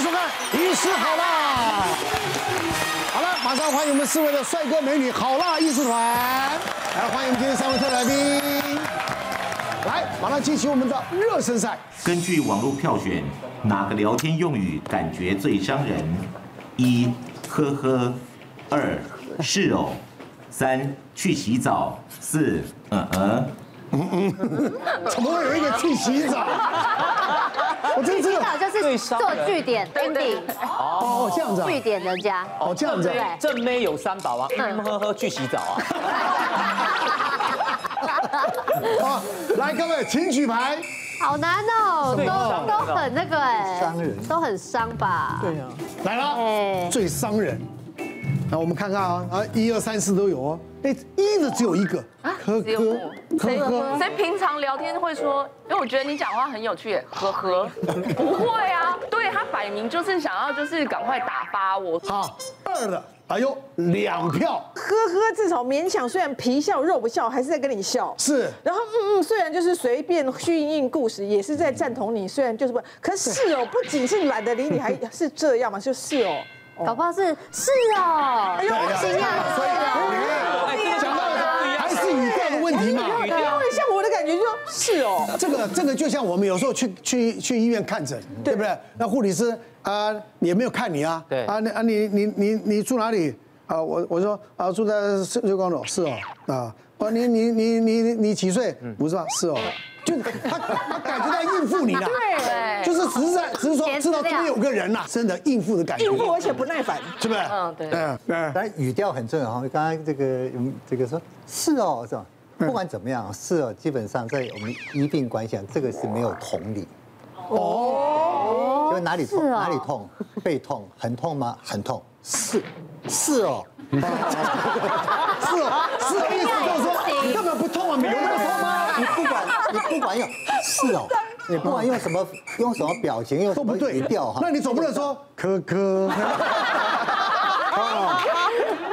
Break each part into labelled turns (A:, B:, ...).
A: 吃饭，医师好啦！好了，马上欢迎我们四位的帅哥美女好辣医师团，来欢迎我们今天三位特来宾。来，马上进行我们的热身赛。
B: 根据网络票选，哪个聊天用语感觉最伤人？一，呵呵；二，是哦；三，去洗澡；四，嗯嗯。
A: 怎么会有一个去洗澡？我真
C: 洗
A: 是
C: 澡就是做据点，ending
A: 哦，这样子啊，
C: 据点人家。
A: 哦这样子啊，
D: 正妹有三宝啊，嗯呵呵去洗澡啊。
A: 啊，来各位，请举牌。
C: 好难哦，都都很那个哎，伤人，都很伤吧？对呀，
A: 来了
C: 哎，
A: 最伤人。那我们看看啊，啊，一二三四都有哦。哎，一的只有一个，
E: 啊
A: 呵
F: 啊只有
A: 呵
F: 我
A: 呵呵，
F: 谁平常聊天会说，因为我觉得你讲话很有趣耶，呵 呵，不会啊，对他摆明就是想要就是赶快打发我，
E: 啊
A: 好，啊二的，哎呦，两票
G: 呵呵，至少勉强，虽然皮笑肉不笑，还是在跟你笑。
A: 是
G: 然后嗯嗯，虽然就是随便虚应故事，也是在赞同你，虽然就是不，可是哦，不仅是懒得理你，还是这样嘛，就是哦。
C: 搞不好是是哦，
G: 呦
C: 惊讶
A: 所以
C: 是
A: 你看
D: 哎，这个想法是不一样
A: 还是语调的问题嘛。
H: 哎
G: 因为像我的感觉就是哦，
A: 这个这个就像我们有时候去去去医院看诊，对不对？那护理师啊、也没有看你啊，
D: 对
A: 啊，那啊你你你你住哪里啊？我我说啊住在四六光楼，是哦啊，哦你你你你你你几岁？五十八，是哦。就他他感觉在应付你啦，对，就是只是在只是说
C: 填
A: 知
C: 资
A: 道
C: 料
A: 这边有个人啦，啊真的应付的感觉，
G: 应付而且不耐烦。
A: 是不是？
F: 嗯对
A: 嗯嗯，
I: 但语调很重要哈。刚刚这个嗯这个说是哦，是吧？
A: 嗯
I: 不管怎么样，是哦，基本上在我们医病关系上，这个是没有同理。哦，就哪里痛、
C: 是哦
I: 哪里痛，背痛很痛吗？很痛，是是哦，
A: 是哦，是的意思就是说 你根本不痛啊，没有那么痛吗？
I: 你不管你不管用是哦，你不管用什么用什么表情，用
A: 都
I: 什
A: 不
I: 么
A: 对
I: 语调哈，
A: 那你总不能说科 科，哦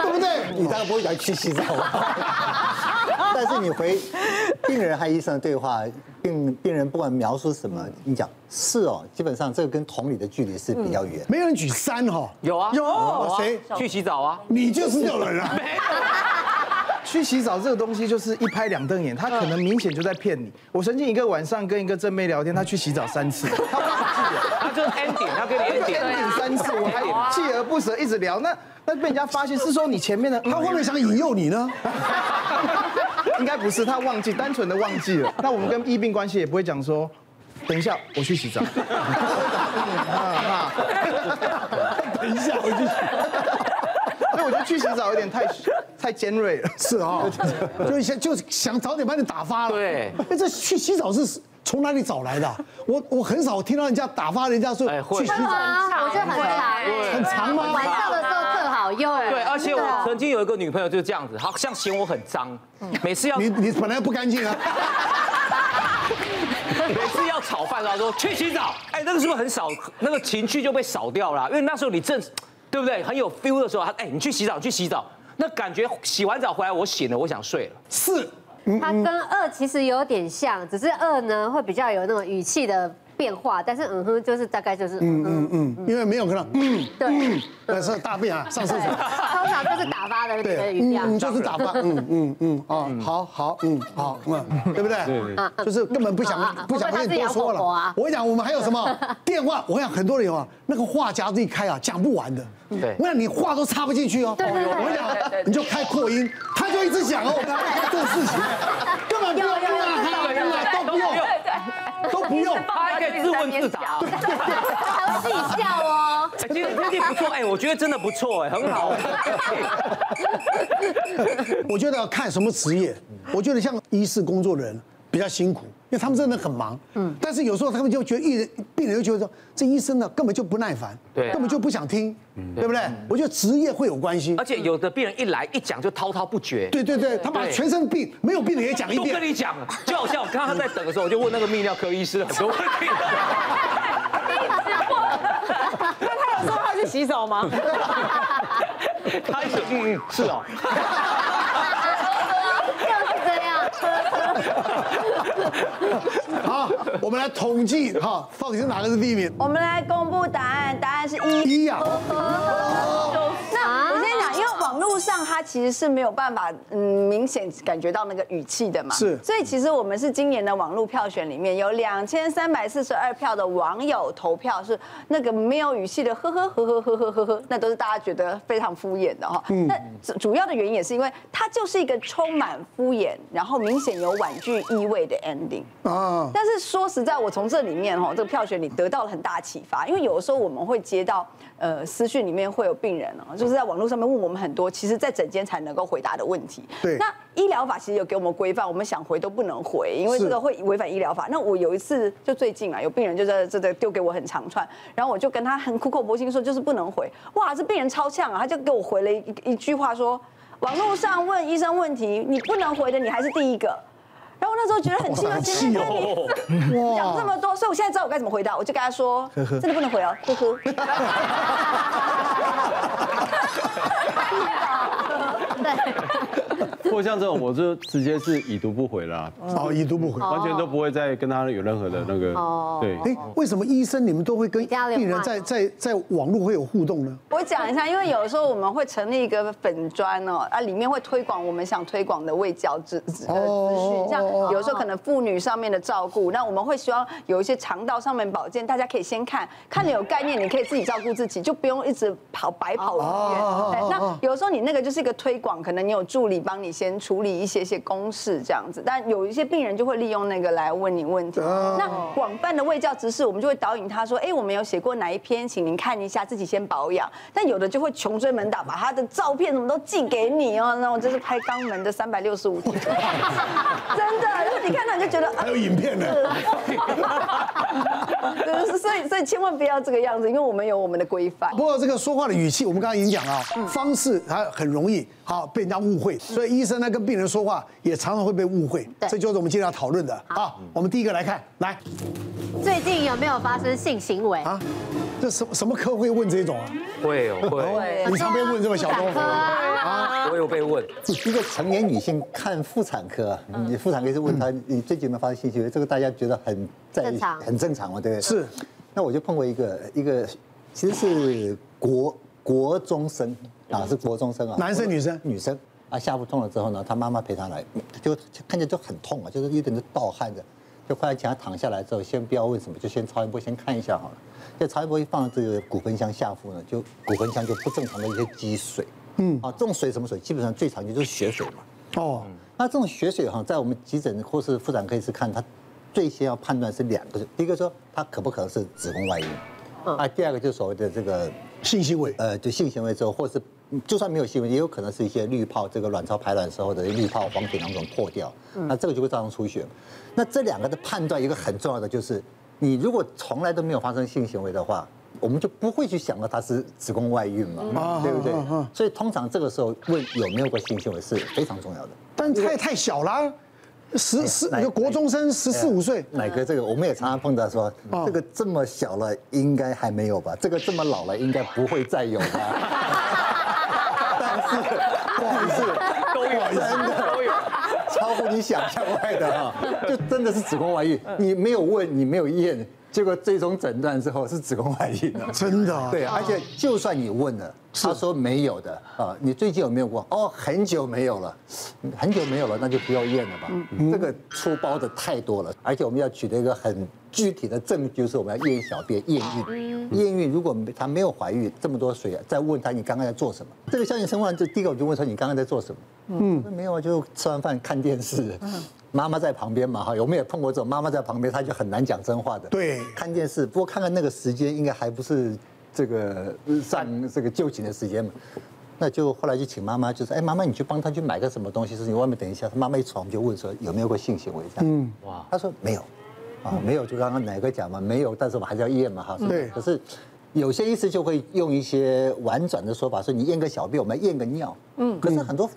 A: 对不对？
I: 你当然不会讲去洗澡吧？ 但是你回病人和医生的对话，病病人不管描述什么，你讲是哦，基本上这个跟同理的距离是比较
H: 嗯
I: 远。
A: 没有人举三哈，
D: 有啊，
A: 有谁？
D: 去洗澡啊。
A: 你就是这种人啊！
J: 去洗澡这个东西就是一拍两瞪眼，他
H: 嗯
J: 可能明显就在骗你。我曾经一个晚上跟一个正妹聊天，她去洗澡 三次，她
D: 他就是 ending，他跟你 ending。啊
H: 啊
J: 点三次，我还锲而不舍一直聊。那那被人家发现是说你前面的，
H: 嗯
A: 他
J: 他
A: 会
J: 会
A: 不
J: 不
A: 会
J: 会
A: 想引诱你呢？
J: 应该不是，他忘记，单纯的忘记了。那我们跟疫病关系也不会讲说，等一下我去 洗澡。
A: 等一下，我
J: 所以我觉得去洗澡有点太太尖锐了。
A: 就是啊哈， 就想就想早点把你打发了。哎
D: 对，
A: 这去洗澡是从哪里找来的啊？我我很少听到人家打发人家说
D: 哎会
A: 去洗澡，
C: 啊，我觉得很长，
A: 很长吗？
C: 晚上的时候特好用。
D: 对，而且
C: 真
D: 我
C: 的
D: 曾经有一个女朋友就是这样子，她好像嫌我很脏，每次要
A: 你你本来不干净啊，
D: 每次要炒饭的时候她说去洗澡，哎，那个是不是很少那个情绪就被少掉了啊？因为那时候你正对不对很有 feel 的时候，她哎你去洗澡，你去洗澡，那感觉洗完澡回来我醒了，我想睡了。
A: 是
C: 它跟二其实有点像，只是二呢会比较有那种语气的变化，但是嗯哼就是大概就是嗯哼，
A: 嗯，因为没有可能，嗯，
C: 对，
A: 那是大便啊，上厕
C: 对，
A: 所。
C: 通常就是打发的那个
A: 对，
C: 语调。
A: 嗯，就是 打扮，嗯嗯嗯，啊，好好，嗯好，嗯，对不
C: 啊
A: 对？就是根本不想
C: 嗯嗯
A: 不想跟你多说
C: 会不会他是养狗狗啊
A: 了。我讲我们还有什 么电话？我想很多人有啊，那个话匣子一开啊，讲不完的。
D: 对
A: 我想你话都插不进去哦。
C: 对对对
A: 我
F: 对对
A: 讲
F: 对
A: 你就开扩音，他就一直讲哦， 我们要看这个事情，根本不用
C: 有有有
A: 啊，嗯啊都不用，都不用。
D: 她还可以自问自答。啊
C: 还会自己笑哦。
D: 哎今天天气不错，哎，我觉得真的不错，哎，很 好。
A: 我觉得要看什么职业，我觉得像医师工作的人比较辛苦，因为他们真的很忙。嗯，但是有时候他们就觉得医人病人就觉得说这医生呢根本就不耐烦，
D: 对
A: 根本就不想听，
E: 嗯
A: 对不对？我觉得职业会有关系
D: 而。且有的病人一来一讲就滔滔不绝，
A: 对对对，他把
D: 嗯对
A: 全身病没有病的也讲一
D: 都跟
A: 遍。
D: 你讲了， 就好像我刚刚在等的时候，我就问那个泌尿科医师很多问题。
G: 那他有说他去洗澡吗？
D: 他一直嗯嗯是哦，
C: 啊就是这样，
A: 好，我们来统计哈，到底是哪个是第一名？
H: 我们来公布答案，答案是一。
A: 一啊呀、
H: 那我先讲，因为网络上它其实是没有办法，嗯，明显感觉到那个语气的嘛。
A: 是
H: 所以其实我们是今年的网络票选里面有两千三百四十二票的网友投票是那个没有语气的呵呵呵呵呵呵呵呵，那都是大家觉得非常敷衍的哈、那主主要的原因也是因为它就是一个充满敷衍，然后明显有婉拒意味的 ending。
A: 啊，
H: 但是说实在，我从这里面哈，这个票选里得到了很大启发，因为有的时候我们会接到呃私讯里面会有病人哦，就是在网络上面问我们很多，其实在诊间才能够回答的问题。
A: 对
H: 那医疗法其实有给我们规范，我们想回都不能回，因为
A: 是
H: 这个会违反医疗法。那我有一次就最近啊，有病人就在这在丢给我很长串，然后我就跟他很苦口婆心说，就是不能回。哇，这病人超呛啊，他就给我回了一一一句话说，网络上问医生问题，你不能回的，你还是第一个。然后我那时候觉得很气哦愤，前面跟你讲这么多，所以我现在知道我该怎么回答，我就跟他说，真的不能回哦，呵呵。
E: 如果像这种，我就直接是已读不回啦，
A: 哦，已读不回。
E: 完全都不会再跟他有任何的那个对。
A: 哎，为什么医生你们都会跟
C: 交流
A: 病人
C: 话
A: 在在在网络会有互动呢？
H: 我讲一下，因为有的时候我们会成立一个粉砖哦，啊，里面会推广我们想推广的卫教资资呃资
A: 哦
H: 讯，像有时候可能妇女上面的照顾，那我们会希望有一些肠道上面保健，大家可以先看看了有概念，你可以自己照顾自己，就不用一直跑白
A: 哦
H: 跑路边
A: 哦哦
H: 对。
A: 哦
H: 那有时候你那个就是一个推广，可能你有助理帮你先处理一些些公事这样子，但有一些病人就会利用那个来问你问题。
A: 哦
H: 那广泛的卫教知识，我们就会导引他说，哎，我们有写过哪一篇，请您看一下，自己先保养。但有的就会穷追猛打，把他的照片什么都寄给你哦，那我这是拍肛门的三百六十五天， 真的，然后你看到你就觉得啊
A: 还。有影片呢。
H: 就是所以，所以千万不要这个样子，因为我们有我们的规范
A: 不。过这个说话的语气，我们刚刚已经讲了啊，方式它很容易好被人家误会，所以医生呢跟病人说话也常常会被误会，
C: 对
A: 这就是我们今天要讨论的啊。我们第一个来看，来
C: 最近有没有发生性行为？
A: 啊，这什什么科会问这种啊？
D: 会哦 会，
A: 你常被问这么小
C: 妇
A: 东
C: 产科啊，
D: 我有被问，
I: 一个成年女性看妇产科，
C: 嗯
I: 你妇产科是问她你最近有没有发生性行为，这个大家觉得很在
C: 正
I: 意
C: 常
I: 很正常嘛，对不对？
A: 是。
I: 那我就碰过一个一个，其实是国国中生
C: 嗯
I: 啊，是国中生啊，
A: 男生女生
I: 女生啊，下腹痛了之后呢，她妈妈陪她来，就看见就很痛啊，就是有点就盗汗的，就快要请她躺下来之后，先不要问什么，就先超音波先看一下好了。这超音波一放到这个骨盆腔下腹呢，就骨盆腔就不正常的一些积水，嗯，啊，这种水什么水？基本上最常见就是血水嘛。
A: 哦，
I: 那这种血水哈，在我们急诊或是妇产科医师看，他最先要判断是两个，第一个说他可不可能是子宫外
A: 嗯
I: 孕，啊，第二个就是所谓的这个
A: 性行为
I: 呃，就性行为之后，或是就算没有性行为，也有可能是一些滤泡，这个卵巢排卵时候的滤泡、黄体囊肿破掉，那这个就会造成出血。那这两个的判断，一个很重要的就是，你如果从来都没有发生性行为的话。我们就不会去想到它是子宫外孕嘛，对不对？所以通常这个时候问有没有过性行为是非常重要的。
A: 但太太小啦，十十
I: 哪
A: 就国中生十四五岁，
I: 哎
A: 哦
I: 奶哥，这个我们也常常碰到说，这个这么小了应该还没有吧，这个这么老了应该不会 再有吧。但是，不好意思，
D: 都有
I: 真的
D: 都有。
I: 超乎你想象外的哈、就真的是子宫外孕，你没有问，你没有验，结果最终诊断之后是子宫外孕了。
A: 真的啊
I: 对，而且就算你问了，他说没有的啊，你最近有没有过？哦，很久没有了，很久没有了，那就不要验了吧。嗯这个出包的太多了，而且我们要取得一个很具体的证据，就是我们要验小便、验孕。验孕如果她没有怀孕，这么多水啊，再问她你刚刚在做什么？这个小女生问完之后，第一个我就问说你刚刚在做什么？嗯，没有啊，就吃完饭看电视。妈妈在旁边嘛哈，我们也碰过这种妈妈在旁边，她就很难讲真话的。
A: 对
I: 看电视，不过看看那个时间，应该还不是这个呃上这个就寝的时间嘛。那就后来就请妈妈，就是哎，妈妈你去帮她去买个什么东西，是你外面等一下。她妈妈一床就问说有没有过性行为这样。嗯，哇，她说没有，啊没有，就刚刚哪个讲嘛，没有，但是我们还是要验嘛哈。是吧
A: 对
I: 可是有些医师就会用一些婉转的说法，说你验个小便，我们验个尿。嗯，可是很多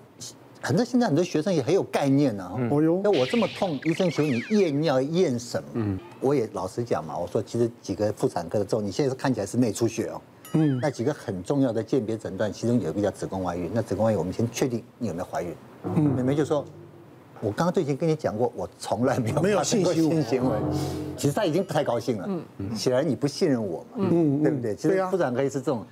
I: 很多现在很多学生也很有概念呢、啊。
A: 哦哟
I: 那我这么痛，医生求你验尿验什么？嗯，我也老实讲嘛，我说其实几个妇产科的之后，你现在看起来是内出血哦。嗯，那几个很重要的鉴别诊断，其中有一个叫子宫外孕。那子宫外孕，我们先确定你有没有怀孕。嗯，妹妹就说我刚刚最近跟你讲过，我从来没有
A: 没有嗯
I: 发生过
A: 性行为
I: 性行为。其实他已经不太高兴了，显然你不信任我嘛，
A: 嗯嗯嗯
I: 对不对？其
A: 对
I: 实
A: 啊
I: 妇产科医师这种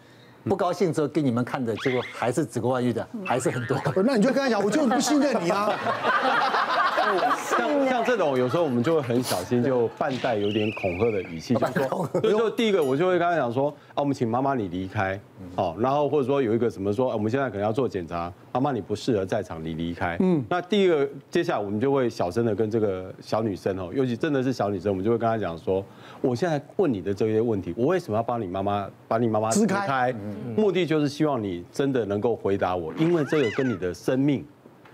I: 不高兴之后给你们看的，结果还是子宫外孕的，
A: 嗯
I: 还是很多。
A: 那你就跟他讲，我就是不信任你啊。
E: 像像这种，有时候我们就会很小心，就半带有点恐吓的语气，就是说，就就第一个，我就会跟他讲说，啊，我们请妈妈你离开，哦，然后或者说有一个什么说，啊我们现在可能要做检查，妈妈你不适合在场，你离开。嗯，那第一个，接下来我们就会小声的跟这个小女生哦，尤其真的是小女生，我们就会跟她讲说，我现在问你的这些问题，我为什么要帮你妈妈把你妈妈
A: 支
E: 支
A: 开
E: 开？目的就是希望你真的能够回答我，因为这个跟你的生命。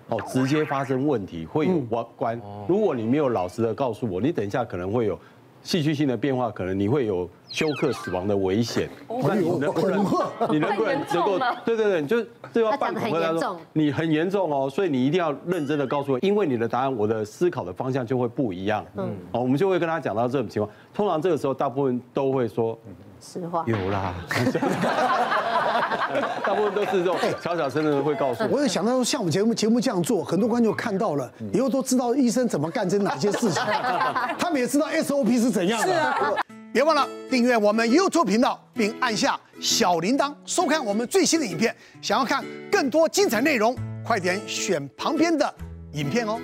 E: 哦，直接发生问题会有关关。如果你没有老实的告诉我，你等一下可能会有戏剧性的变化，可能你会有休克死亡的危险。
F: 哦
E: 那你能不能，你能不能能够，对对对，啊你就就要半恐吓
C: 他
E: 他
C: 讲得很严
E: 说
C: 重
E: 你很严重哦，所以你一定要认真的告诉我，因为你的答案，我的思考的方向就会不一样。嗯，哦，我们就会跟他讲到这种情况。通常这个时候，大部分都会说
C: 实话。
E: 有啦，大部分都是这种小小声的会告诉我。
A: 我也想到像我们节目节目这样做，很多观众看到了，
E: 嗯
A: 以后都知道医生怎么干这哪些事情， 他们也知道 SOP 是怎样的。是啊，别忘了订阅我们 YouTube 频道，并按下小铃铛，收看我们最新的影片。想要看更多精彩内容，快点选旁边的影片哦。